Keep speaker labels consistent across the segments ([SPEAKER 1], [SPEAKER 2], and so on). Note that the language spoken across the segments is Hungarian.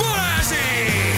[SPEAKER 1] Balázsék!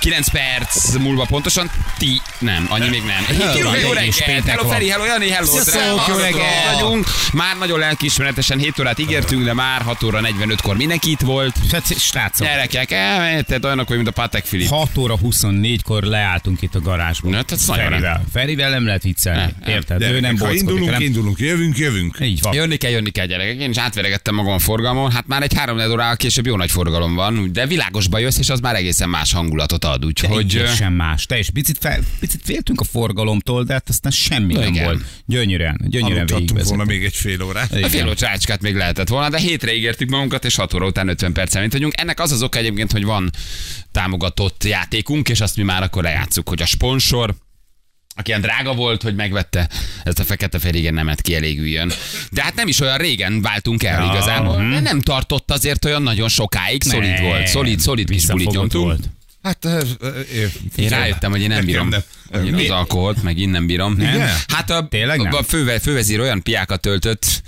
[SPEAKER 2] Kilenc perc múlva pontosan, ti nem, annyi még nem. Hét óra, jó
[SPEAKER 3] mégis
[SPEAKER 2] reggelt,
[SPEAKER 3] péntek
[SPEAKER 2] hello
[SPEAKER 3] van.
[SPEAKER 2] Feri, hello Jani, hello
[SPEAKER 3] Sziasztok,
[SPEAKER 2] drága
[SPEAKER 3] jó
[SPEAKER 2] hallgatók
[SPEAKER 3] reggelt.
[SPEAKER 2] vagyunk. Már nagyon lelkiismeretesen 7 órát ígértünk, de már 6 óra 45-kor mindenki itt volt.
[SPEAKER 3] Tehát Hát, srácok,
[SPEAKER 2] Gyerekek, elmehetett olyanok, vagy, mint a Patek Filip.
[SPEAKER 3] 6 óra 24-kor leálltunk itt a garázsban.
[SPEAKER 2] Na, tehát nagyon
[SPEAKER 3] Ferivel. Ferivel nem lehet viccelni.
[SPEAKER 2] Nem, nem.
[SPEAKER 3] Érted? ő
[SPEAKER 4] Gyerekek,
[SPEAKER 3] nem
[SPEAKER 4] ha
[SPEAKER 3] bolckodik,
[SPEAKER 4] indulunk,
[SPEAKER 3] hanem...
[SPEAKER 4] indulunk, jövünk, jövünk.
[SPEAKER 3] Így van.
[SPEAKER 2] Jönni kell, jönni kell, gyerekek. Én is átveregettem magam a forgalmon. Hát már egy három órával később jó nagy forgalom van, de világosba jössz, és az már egészen más hangulatot ad.
[SPEAKER 3] De
[SPEAKER 2] Úgyhogy... eh,
[SPEAKER 3] egyet sem más. Te is picit, fel, picit féltünk a forgalomtól, de hát aztán semmi
[SPEAKER 2] Na
[SPEAKER 3] nem
[SPEAKER 2] igen.
[SPEAKER 3] volt. Gyönyörűen, gyönyörűen
[SPEAKER 4] Aludhattunk
[SPEAKER 3] végigvezet.
[SPEAKER 4] volna még egy fél órát.
[SPEAKER 2] A fél
[SPEAKER 3] Igen.
[SPEAKER 2] ócsácskát még lehetett volna, de hétre ígértük magunkat, és 6 óra után 50 perccel mint vagyunk. Ennek az az oka egyébként, hogy van támogatott játékunk, és azt mi már akkor lejátszuk, hogy a sponsor, aki ilyen drága volt, hogy megvette ezt a fekete ferigen nemet kielégüljön. De hát nem is olyan régen váltunk el igazán. De nem tartott azért olyan nagyon sokáig, szolid
[SPEAKER 3] Nem.
[SPEAKER 2] volt, szolid, szolid kis bulit
[SPEAKER 3] Visszafogott
[SPEAKER 2] nyomtunk.
[SPEAKER 3] volt.
[SPEAKER 4] Hát, eh, eh, eh,
[SPEAKER 2] Én rájöttem, hogy én nem
[SPEAKER 4] Nekem
[SPEAKER 2] bírom.
[SPEAKER 4] nem.
[SPEAKER 2] Annyira az
[SPEAKER 4] Mi?
[SPEAKER 2] alkoholt, meg én nem bírom.
[SPEAKER 4] Igen?
[SPEAKER 2] Hát a,
[SPEAKER 3] Tényleg nem?
[SPEAKER 2] a főve, fővezér olyan piákat töltött,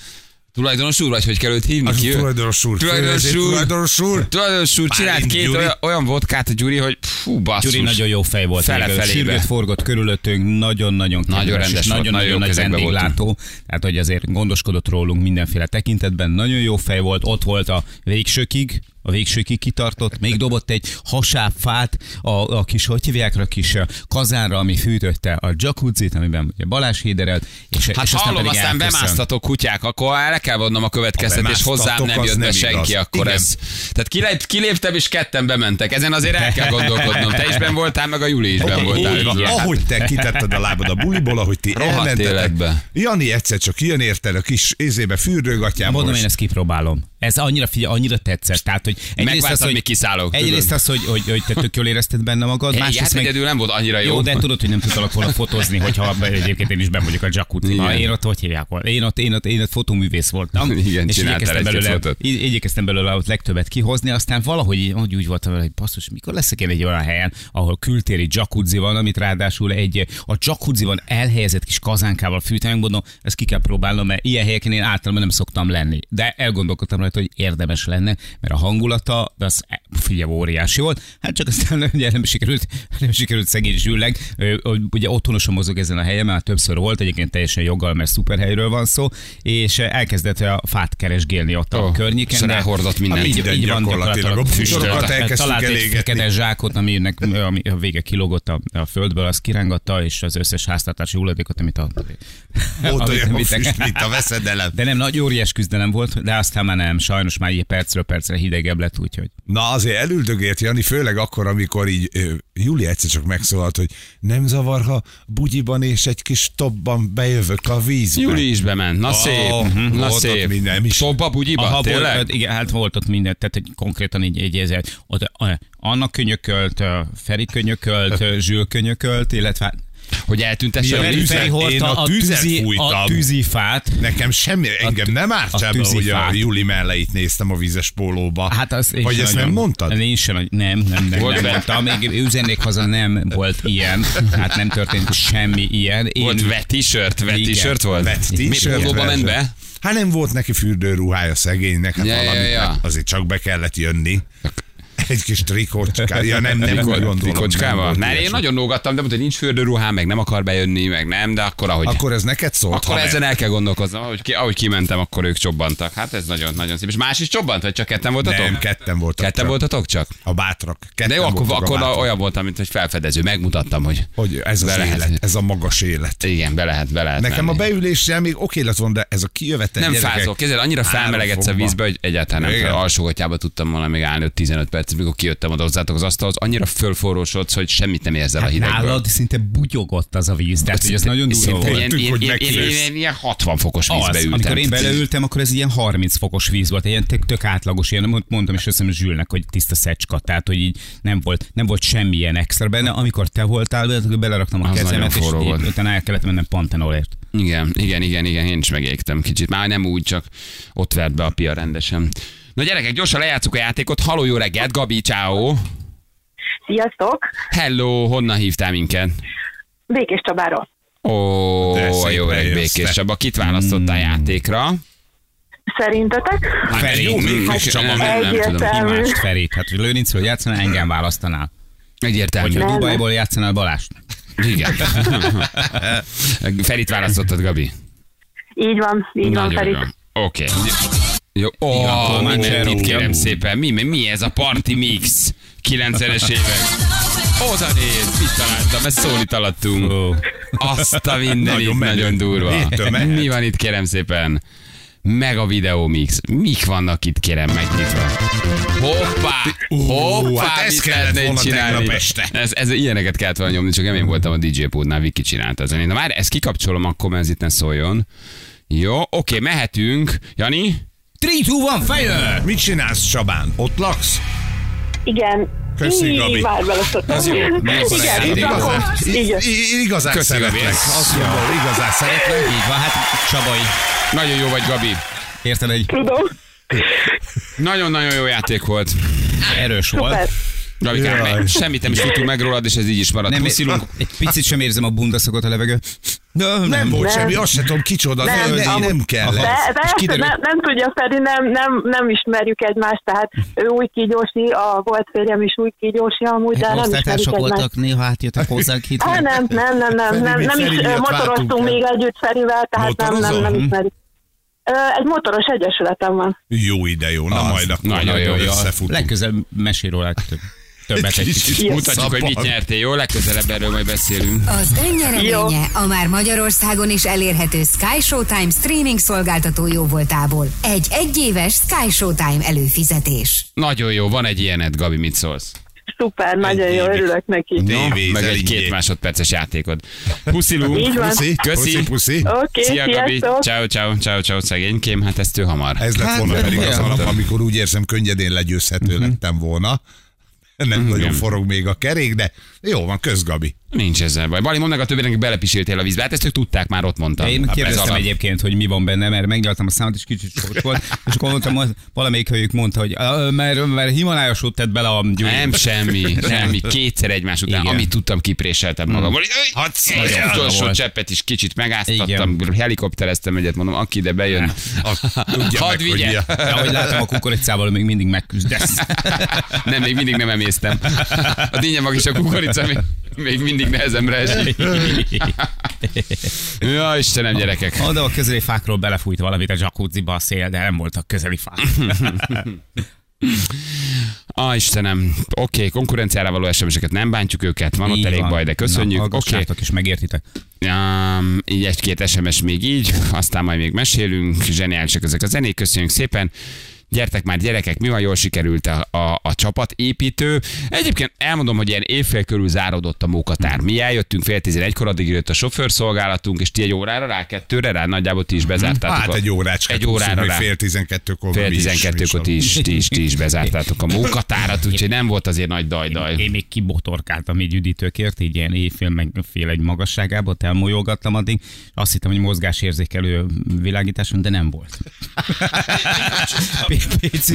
[SPEAKER 2] tulajdonos úr, vagy hogy került hívni
[SPEAKER 4] Az
[SPEAKER 2] ki ő?
[SPEAKER 4] tulajdonos úr.
[SPEAKER 2] Tulajdonos
[SPEAKER 4] Fővezér,
[SPEAKER 2] úr.
[SPEAKER 4] tulajdonos úr.
[SPEAKER 2] Tulajdonos úr csinált
[SPEAKER 4] Bálint
[SPEAKER 2] két
[SPEAKER 4] Gyuri.
[SPEAKER 2] olyan, olyan vodkát a Gyuri, hogy fú, basszus.
[SPEAKER 3] Gyuri nagyon jó fej volt.
[SPEAKER 2] Fele
[SPEAKER 3] még, ő
[SPEAKER 2] felébe.
[SPEAKER 3] Sürgött forgott körülöttünk, nagyon-nagyon
[SPEAKER 2] Nagyon
[SPEAKER 3] kedves, és
[SPEAKER 2] rendes volt, nagyon jó
[SPEAKER 3] nagyon-nagyon nagy
[SPEAKER 2] kezekbe
[SPEAKER 3] vendéglátó. Tehát, hogy azért gondoskodott rólunk mindenféle tekintetben. Nagyon jó fej volt, ott volt a végsőkig, a végsőkig kitartott, még dobott egy hasábfát a, a kis, hogy hívják, rá, a kis ö, kazánra, ami fűtötte a jacuzzit, amiben ugye Balázs héderelt, és,
[SPEAKER 2] Hát
[SPEAKER 3] és
[SPEAKER 2] aztán hallom,
[SPEAKER 3] pedig
[SPEAKER 2] aztán
[SPEAKER 3] elköszönt.
[SPEAKER 2] bemáztatok kutyák, akkor el kell vonnom a következtetés,
[SPEAKER 4] bemáztatok,
[SPEAKER 2] hozzám nem
[SPEAKER 4] az
[SPEAKER 2] jött be
[SPEAKER 4] nem
[SPEAKER 2] senki,
[SPEAKER 4] igaz.
[SPEAKER 2] akkor
[SPEAKER 4] Igen.
[SPEAKER 2] ez. Tehát kilép, kiléptem és ketten bementek, ezen azért el kell gondolkodnom. Te is ben voltál, meg a Juli is ben voltál.
[SPEAKER 4] Így van. Ahogy te kitetted a lábad a buliból, ahogy ti
[SPEAKER 2] Rohadt
[SPEAKER 4] elmentetek.
[SPEAKER 2] életbe.
[SPEAKER 4] Jani egyszer csak jön érted a kis ézébe fürdőgatjából.
[SPEAKER 3] Hát Mondom,
[SPEAKER 4] és
[SPEAKER 3] én ezt kipróbálom. Ez annyira, figyelj, annyira tetszett. Tehát, hogy egyrészt az,
[SPEAKER 2] Megvártad,
[SPEAKER 3] hogy,
[SPEAKER 2] míg kiszállok, tudod.
[SPEAKER 3] egyrészt az, hogy, hogy, hogy te tök jól érezted benne magad,
[SPEAKER 2] Igen,
[SPEAKER 3] másrészt
[SPEAKER 2] hát
[SPEAKER 3] meg
[SPEAKER 2] egyedül nem volt annyira jó.
[SPEAKER 3] Jó, de tudod, hogy nem tudtalak volna fotózni, hogyha be- egyébként én is ben vagyok a jacuzziba.
[SPEAKER 2] Igen.
[SPEAKER 3] Én ott hogy hívják volna? Én ott, én ott, én ott fotóművész voltam.
[SPEAKER 2] Igen,
[SPEAKER 3] és
[SPEAKER 2] csináltál
[SPEAKER 3] igyekeztem
[SPEAKER 2] egy-két
[SPEAKER 3] belőle,
[SPEAKER 2] fotót.
[SPEAKER 3] így- igyekeztem belőle ott legtöbbet kihozni, aztán valahogy így- hogy úgy voltam vele, hogy basszus, mikor leszek én egy olyan helyen, ahol kültéri jacuzzi van, amit ráadásul egy a jacuzziban elhelyezett kis kazánkával fűtenek, mondom, ezt ki kell próbálnom, mert ilyen helyeken én általában nem szoktam lenni. De elgondolkodtam rajta, hogy érdemes lenne, mert a hangulata, az eh, figyelj, óriási volt. Hát csak aztán ugye nem sikerült, nem sikerült szegény zsülleg. Ö, ö, Ugye otthonosan mozog ezen a helyen, már többször volt, egyébként teljesen joggal, mert szuper helyről van szó, és eh, elkezdett a fát keresgélni ott a
[SPEAKER 2] Ó,
[SPEAKER 3] környéken.
[SPEAKER 2] és
[SPEAKER 3] de-
[SPEAKER 2] ráhordott mindent.
[SPEAKER 3] Így,
[SPEAKER 4] Mindent
[SPEAKER 3] így van,
[SPEAKER 4] gyakorlatilag.
[SPEAKER 3] gyakorlatilag.
[SPEAKER 4] A bútorokat elkezdtük
[SPEAKER 3] Talált egy
[SPEAKER 4] elégetni.
[SPEAKER 3] fekete zsákot, aminek, ö, ami a vége kilogott a, a földből, az kirángatta, és az összes háztartási hulladékot, amit a...
[SPEAKER 4] Óta
[SPEAKER 3] amit
[SPEAKER 4] jön a
[SPEAKER 3] vittek.
[SPEAKER 4] füst, mint a veszedelem.
[SPEAKER 3] De nem, nagy óriás küzdelem volt, de aztán már nem, sajnos már ilyen percről percre hidegebb lett, úgyhogy.
[SPEAKER 4] Na azért elüldögélt Jani, főleg akkor, amikor így ö, Júli egyszer csak megszólalt, hogy nem zavar, ha bugyiban és egy kis tobban bejövök a vízbe.
[SPEAKER 2] Júli is bement. Na szép,
[SPEAKER 4] mhm.
[SPEAKER 2] na
[SPEAKER 4] Volt ott
[SPEAKER 2] szép.
[SPEAKER 4] minden is.
[SPEAKER 2] Sobba bugyiba,
[SPEAKER 3] Aha,
[SPEAKER 2] tényleg?
[SPEAKER 3] volt, igen, hát volt ott minden, tehát egy, konkrétan így, így ez, ott, ö, Anna könyökölt, ö, Feri könyökölt, ö, Zsül könyökölt, illetve hát-
[SPEAKER 2] Hogy eltüntesse a
[SPEAKER 4] Milyen
[SPEAKER 3] Feri,
[SPEAKER 2] víz?
[SPEAKER 4] tüzet?
[SPEAKER 3] Feri hordta
[SPEAKER 4] Én a
[SPEAKER 3] a,
[SPEAKER 4] tüzet
[SPEAKER 3] tűzi, a
[SPEAKER 4] fújtam.
[SPEAKER 3] tűzifát,
[SPEAKER 4] Nekem semmi, engem nem árt
[SPEAKER 3] a
[SPEAKER 4] sem, hogy a
[SPEAKER 3] tűzifát.
[SPEAKER 4] Juli melleit néztem a vízes pólóba.
[SPEAKER 3] Hát az én
[SPEAKER 4] Vagy
[SPEAKER 3] sem
[SPEAKER 4] ezt
[SPEAKER 3] nagyon-
[SPEAKER 4] nem mondtad?
[SPEAKER 3] Én sem, nagy- nem, nem, nem,
[SPEAKER 2] Volt
[SPEAKER 3] volt nem
[SPEAKER 2] bent.
[SPEAKER 3] mondtam. Még üzennék haza, nem volt ilyen. Hát nem történt semmi ilyen. Én
[SPEAKER 2] Volt wet t-shirt, wet
[SPEAKER 3] Igen.
[SPEAKER 2] t-shirt volt?
[SPEAKER 4] Vett t-shirt.
[SPEAKER 2] Mi pólóba ment be?
[SPEAKER 4] Hát nem volt neki fürdőruhája szegénynek, hát
[SPEAKER 2] Ja, ja,
[SPEAKER 4] valamit
[SPEAKER 2] ja.
[SPEAKER 4] azért csak be kellett jönni. Egy kis trikócská. Ja, nem, nem
[SPEAKER 2] Mikor-
[SPEAKER 4] gondolom. nem
[SPEAKER 2] Mikocskával?
[SPEAKER 4] volt
[SPEAKER 2] Mert én
[SPEAKER 4] ilyesmi.
[SPEAKER 2] nagyon nógattam, de mondta, hogy nincs fürdőruhám, meg nem akar bejönni, meg nem, de akkor ahogy...
[SPEAKER 4] Akkor ez neked szólt?
[SPEAKER 2] Akkor
[SPEAKER 4] haver?
[SPEAKER 2] ezen el kell gondolkoznom, ahogy, ki, ahogy kimentem, akkor ők csobbantak. Hát ez nagyon-nagyon szép. És más is csobbant, vagy csak ketten voltatok?
[SPEAKER 4] Nem, ketten voltak.
[SPEAKER 2] ketten
[SPEAKER 4] csak.
[SPEAKER 2] voltatok csak?
[SPEAKER 4] A bátrak. Ketten
[SPEAKER 2] De jó, akkor,
[SPEAKER 4] voltak a
[SPEAKER 2] akkor
[SPEAKER 4] bátrak.
[SPEAKER 2] olyan voltam, mint egy felfedező. Megmutattam, hogy,
[SPEAKER 4] Hogy ez az
[SPEAKER 2] be lehet.
[SPEAKER 4] élet, ez a magas élet.
[SPEAKER 2] Igen, be lehet, be lehet
[SPEAKER 4] Nekem a
[SPEAKER 2] menni.
[SPEAKER 4] beüléssel még oké lett volna, de ez a kijövetel
[SPEAKER 2] Nem
[SPEAKER 4] gyerekek,
[SPEAKER 2] fázol, kézzel annyira
[SPEAKER 4] három
[SPEAKER 2] felmelegedsz a
[SPEAKER 4] fokba.
[SPEAKER 2] vízbe, hogy egyáltalán nem
[SPEAKER 4] Igen.
[SPEAKER 2] fel. Alsógatjába tudtam volna még állni ott 15 perc. mikor kijöttem oda hozzátok az asztalhoz, annyira fölforrósodsz, hogy semmit nem érzel a hidegből.
[SPEAKER 3] hát Nálad szinte bugyogott az a víz, tehát hogy ez
[SPEAKER 2] Szinte-
[SPEAKER 3] nagyon durva
[SPEAKER 2] szinte
[SPEAKER 3] volt.
[SPEAKER 2] Ilyen,
[SPEAKER 4] Tök,
[SPEAKER 2] ilyen,
[SPEAKER 4] hogy
[SPEAKER 2] ilyen, ilyen,
[SPEAKER 4] megfősz.
[SPEAKER 2] ilyen, ilyen 60 fokos vízbe
[SPEAKER 3] Az,
[SPEAKER 2] ültem.
[SPEAKER 3] amikor én beleültem, akkor ez ilyen 30 fokos víz volt, ilyen tök, tök átlagos, ilyen mond- mondtam is összem Zsülnek, hogy tiszta szecska, tehát hogy így nem volt, nem volt semmilyen extra benne. Amikor te voltál, bele, akkor beleraktam a
[SPEAKER 2] Az nagyon
[SPEAKER 3] kezemet, és
[SPEAKER 2] forró volt.
[SPEAKER 3] így, utána el kellett mennem Pantenolért.
[SPEAKER 2] Igen, igen, igen, igen, én is megégtem kicsit. Már nem úgy, csak ott vert be a pia rendesen. Na gyerekek, gyorsan lejátszuk a játékot. Haló, jó reggelt, Gabi, ciao.
[SPEAKER 5] Sziasztok!
[SPEAKER 2] Hello, honnan hívtál minket?
[SPEAKER 5] Békés Csabáról.
[SPEAKER 4] De
[SPEAKER 2] Ó,
[SPEAKER 4] szép
[SPEAKER 2] jó reg,
[SPEAKER 4] bejössz te.
[SPEAKER 2] békés Csaba. Kit választottál
[SPEAKER 3] Hmm.
[SPEAKER 2] játékra?
[SPEAKER 5] Szerintetek?
[SPEAKER 2] Hát,
[SPEAKER 3] jó,
[SPEAKER 4] Békés Csaba.
[SPEAKER 2] Nem, nem, nem tudom.
[SPEAKER 5] Egyértelmű.
[SPEAKER 3] Imást Ferit, hát hogy Lőrincről játszanál, engem választanál.
[SPEAKER 2] Egyértelmű.
[SPEAKER 3] Vagy hogy
[SPEAKER 5] Nem.
[SPEAKER 3] Dubajból játszanál Balást.
[SPEAKER 2] Igen. Ferit választottad, Gabi?
[SPEAKER 5] Így van, így van,
[SPEAKER 2] Nagyon
[SPEAKER 5] Feri.
[SPEAKER 2] jó. Oké. Jó, ó,
[SPEAKER 3] Igen,
[SPEAKER 2] mindent
[SPEAKER 3] Manchero.
[SPEAKER 2] itt kérem szépen. Mi, mi- mi ez a party mix? 90-es évek. Oda néz, mit találtam, ezt szólít alattunk.
[SPEAKER 3] Ó.
[SPEAKER 2] Azt a mindenit,
[SPEAKER 4] Nagyon
[SPEAKER 2] nagyon,
[SPEAKER 4] menő.
[SPEAKER 2] nagyon durva.
[SPEAKER 4] Héttől mehet.
[SPEAKER 2] Mi van itt, kérem szépen? Meg a videó mix. Mik vannak itt, kérem, megnyitva? Hoppá! Hoppá!
[SPEAKER 4] hát
[SPEAKER 2] mit
[SPEAKER 4] ezt kellett
[SPEAKER 2] lehetne itt
[SPEAKER 4] volna
[SPEAKER 2] csinálni?
[SPEAKER 4] tegnap este.
[SPEAKER 2] Ez, ez, ilyeneket kellett volna nyomni, csak nem én voltam a DJ pultnál, Viki csinálta a zenét. Na már ezt kikapcsolom, akkor mert ez itt ne szóljon. Jó, oké, mehetünk. Jani?
[SPEAKER 3] 3, 2, 1, fire!
[SPEAKER 4] Mit csinálsz, Csabán? Ott laksz?
[SPEAKER 5] Igen.
[SPEAKER 4] Köszi,
[SPEAKER 5] Így,
[SPEAKER 4] Gabi.
[SPEAKER 5] Már beleszoktam.
[SPEAKER 2] Az jó. Akkor
[SPEAKER 5] Igen,
[SPEAKER 2] elég
[SPEAKER 5] így
[SPEAKER 2] igazán.
[SPEAKER 5] akkor. Igen.
[SPEAKER 4] I- igazán
[SPEAKER 2] Köszi,
[SPEAKER 4] szeretlek.
[SPEAKER 2] Gabi.
[SPEAKER 4] Azt mondom, igazán szeretlek.
[SPEAKER 3] Így van, hát Csabai,
[SPEAKER 2] Nagyon jó vagy, Gabi.
[SPEAKER 3] érted, egy
[SPEAKER 5] Tudom.
[SPEAKER 2] Nagyon-nagyon jó játék volt.
[SPEAKER 3] erős volt.
[SPEAKER 5] Szuper.
[SPEAKER 2] Gabi, kár,
[SPEAKER 4] Jaj.
[SPEAKER 2] semmit nem is tudtunk meg rólad, és ez így is maradt.
[SPEAKER 3] Nem,
[SPEAKER 2] Nem,
[SPEAKER 3] egy, egy picit sem érzem a bundaszokot a levegő. Nem, nem,
[SPEAKER 4] Nem volt
[SPEAKER 5] Nem.
[SPEAKER 4] semmi, azt se tudom, kicsoda.
[SPEAKER 5] Nem,
[SPEAKER 4] Nem, nem,
[SPEAKER 5] amúgy-
[SPEAKER 4] nem kell.
[SPEAKER 3] Aha.
[SPEAKER 5] De, de
[SPEAKER 3] És
[SPEAKER 5] ezt
[SPEAKER 3] kiderült-
[SPEAKER 5] nem, nem tudja Feri, nem, nem, nem ismerjük egymást, tehát ő úgy kígyósi, a volt férjem is úgy kígyósi amúgy, de nem ismerjük
[SPEAKER 3] Osztálytársak
[SPEAKER 5] egymást.
[SPEAKER 3] voltak, néha átjöttek hozzánk
[SPEAKER 5] Há,
[SPEAKER 3] hitni.
[SPEAKER 5] nem, nem, nem, nem, nem, nem
[SPEAKER 4] Feri
[SPEAKER 5] is
[SPEAKER 4] miatt
[SPEAKER 5] ö, motoroztunk
[SPEAKER 4] váltunk el.
[SPEAKER 5] még együtt Ferivel, tehát nem, nem, nem
[SPEAKER 4] Motorozol?
[SPEAKER 5] ismerjük. Ö, Egy motoros egyesületem van.
[SPEAKER 4] Jó ide, jó. Na
[SPEAKER 3] Az.
[SPEAKER 4] majd akkor
[SPEAKER 2] Nagyon jó,
[SPEAKER 4] nagyon
[SPEAKER 2] jó.
[SPEAKER 4] összefutunk.
[SPEAKER 3] Legközelebb mesél róla több- többet egy kicsit.
[SPEAKER 2] Mutatjuk, hogy mit nyertél, jó? Legközelebb erről majd beszélünk.
[SPEAKER 6] Az
[SPEAKER 5] Jó.
[SPEAKER 6] önnyereménye a már Magyarországon is elérhető Sky Showtime streaming szolgáltató jóvoltából. Egy egyéves Sky Showtime előfizetés.
[SPEAKER 2] Nagyon jó, van egy ilyened, Gabi, mit szólsz?
[SPEAKER 5] Szuper, nagyon jó,
[SPEAKER 4] évig.
[SPEAKER 5] örülök neki.
[SPEAKER 4] Tévézel
[SPEAKER 2] meg egy
[SPEAKER 4] ingyék.
[SPEAKER 2] két másodperces játékod. Puszilunk.
[SPEAKER 5] Így van.
[SPEAKER 4] Puszi,
[SPEAKER 2] Köszi.
[SPEAKER 4] puszi, puszi.
[SPEAKER 5] Oké,
[SPEAKER 2] Szia, Gabi.
[SPEAKER 5] sziasztok!
[SPEAKER 2] Ciao, ciao, ciao, ciao, szegénykém. Hát ez Mhm. tő hamar.
[SPEAKER 4] Ez lett
[SPEAKER 3] Hát,
[SPEAKER 4] volna
[SPEAKER 3] de
[SPEAKER 4] pedig az
[SPEAKER 3] igen.
[SPEAKER 4] alap, amikor úgy érzem, könnyedén legyőzhető lettem volna. Nem
[SPEAKER 2] Mhm.
[SPEAKER 4] nagyon forog még a kerék, de jó van, közgabi.
[SPEAKER 2] Nincs ezzel baj. Bali, mondd meg a többinek, hogy belepiséltél a vízbe. Hát ezt ők tudták, már ott mondtam.
[SPEAKER 3] Én
[SPEAKER 2] Hát ez
[SPEAKER 3] kérdeztem
[SPEAKER 2] alap.
[SPEAKER 3] egyébként, hogy mi van benne, mert megnyaltam a számot, és kicsit sokos volt, és akkor mondtam, az- valamelyik őjük mondta, hogy "Ö, mert, mert himalájas út tett bele a gyújt.
[SPEAKER 2] Nem semmi, semmi. Kétszer egymás után,
[SPEAKER 3] Igen. Hmm.
[SPEAKER 2] amit tudtam, kipréseltem magamból. Hát
[SPEAKER 3] nagyon
[SPEAKER 2] utolsó
[SPEAKER 3] volt.
[SPEAKER 2] cseppet is kicsit megáztattam, helikoptereztem egyet, mondom, aki ide bejön,
[SPEAKER 4] Tudja
[SPEAKER 2] hadd
[SPEAKER 4] meg, hogy mi
[SPEAKER 2] vigye.
[SPEAKER 4] a-
[SPEAKER 3] De ahogy látom, a kukoricával még mindig megküzdesz.
[SPEAKER 2] Nem, még mindig nem emésztem. A dinnye mag és a kukorica még, még mindig nehezemre esik. Ja, Istenem, gyerekek.
[SPEAKER 3] Oda a közeli fákról belefújt valamit a jacuzziba a szél, de nem voltak közeli fák.
[SPEAKER 2] A Istenem. Oké, konkurenciára való SMS-eket nem bántjuk őket, van ott
[SPEAKER 3] Így
[SPEAKER 2] elég
[SPEAKER 3] van.
[SPEAKER 2] baj, de köszönjük.
[SPEAKER 3] Na,
[SPEAKER 2] Oké,
[SPEAKER 4] hát
[SPEAKER 3] hallgassátok és megértitek.
[SPEAKER 2] um, így egy-két SMS még így, aztán majd még mesélünk, zseniálisak ezek a zenék, köszönjük szépen. Gyertek már gyerekek, mi van, jól sikerült a, a, a csapatépítő. Egyébként elmondom, hogy ilyen évfél körül záródott a mókatár. Mi eljöttünk fél tizenegykor, addig jött a sofőrszolgálatunk, és ti egy órára rá, kettőre rá, nagyjából ti is bezártátok.
[SPEAKER 4] Hát
[SPEAKER 2] a-
[SPEAKER 4] egy órácskát.
[SPEAKER 2] Egy órára
[SPEAKER 4] úszunk,
[SPEAKER 2] rá.
[SPEAKER 4] hogy Fél tizenkettőkor.
[SPEAKER 2] Fél
[SPEAKER 4] mi is- mi is
[SPEAKER 2] 12-kor ti is, ti is, ti is bezártátok a munkatárat, úgyhogy nem volt azért nagy daj-daj.
[SPEAKER 3] Én még kibotorkáltam így üdítőkért, így ilyen éjfél, meg fél egy magasságába, ott elmolyolgattam addig. Azt hittem, hogy mozgásérzékelő világításon, de nem volt. P- Pici.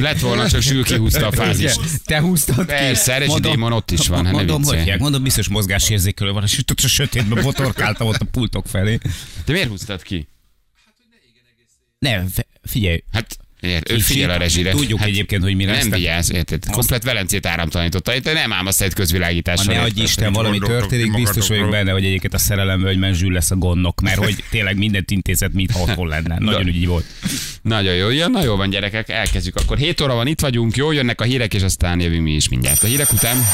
[SPEAKER 2] Lett volna, csak sül kihúzta a fázist.
[SPEAKER 3] Igen, Te húztad
[SPEAKER 2] Persze,
[SPEAKER 3] ki.
[SPEAKER 2] Eres Démon ott is van, hát ne
[SPEAKER 3] mondom,
[SPEAKER 2] viccelj.
[SPEAKER 3] hogy hívják, mondom, biztos mozgásérzékelő van, és ott a sötétben botorkáltam ott a pultok felé.
[SPEAKER 2] De miért húztad ki?
[SPEAKER 3] Nem, fe- figyelj,
[SPEAKER 2] Hát Ér, ő figyel a rezsire.
[SPEAKER 3] Tudjuk
[SPEAKER 2] hát,
[SPEAKER 3] egyébként, hogy mi lesz,
[SPEAKER 2] Nem
[SPEAKER 3] tehát-
[SPEAKER 2] vigyázz, érted? Komplet Velencét áramtalanította, itt nem ám a szed
[SPEAKER 3] Ha
[SPEAKER 2] közvilágítással.
[SPEAKER 3] ne
[SPEAKER 2] érted?
[SPEAKER 3] adj Isten, valami
[SPEAKER 4] Gondoltok
[SPEAKER 3] történik,
[SPEAKER 4] ti
[SPEAKER 3] biztos
[SPEAKER 4] magatokról.
[SPEAKER 3] vagyok benne, hogy egyébként a szerelemvölgyben zsűl lesz a gondnok, mert hogy tényleg mindent intézett, mintha otthon lenne. Nagyon így volt.
[SPEAKER 2] Nagyon jó, ja, na jó van gyerekek, elkezdjük. Akkor 7 óra van, itt vagyunk, jó, jönnek a hírek, és aztán jövünk mi is mindjárt. A hírek után...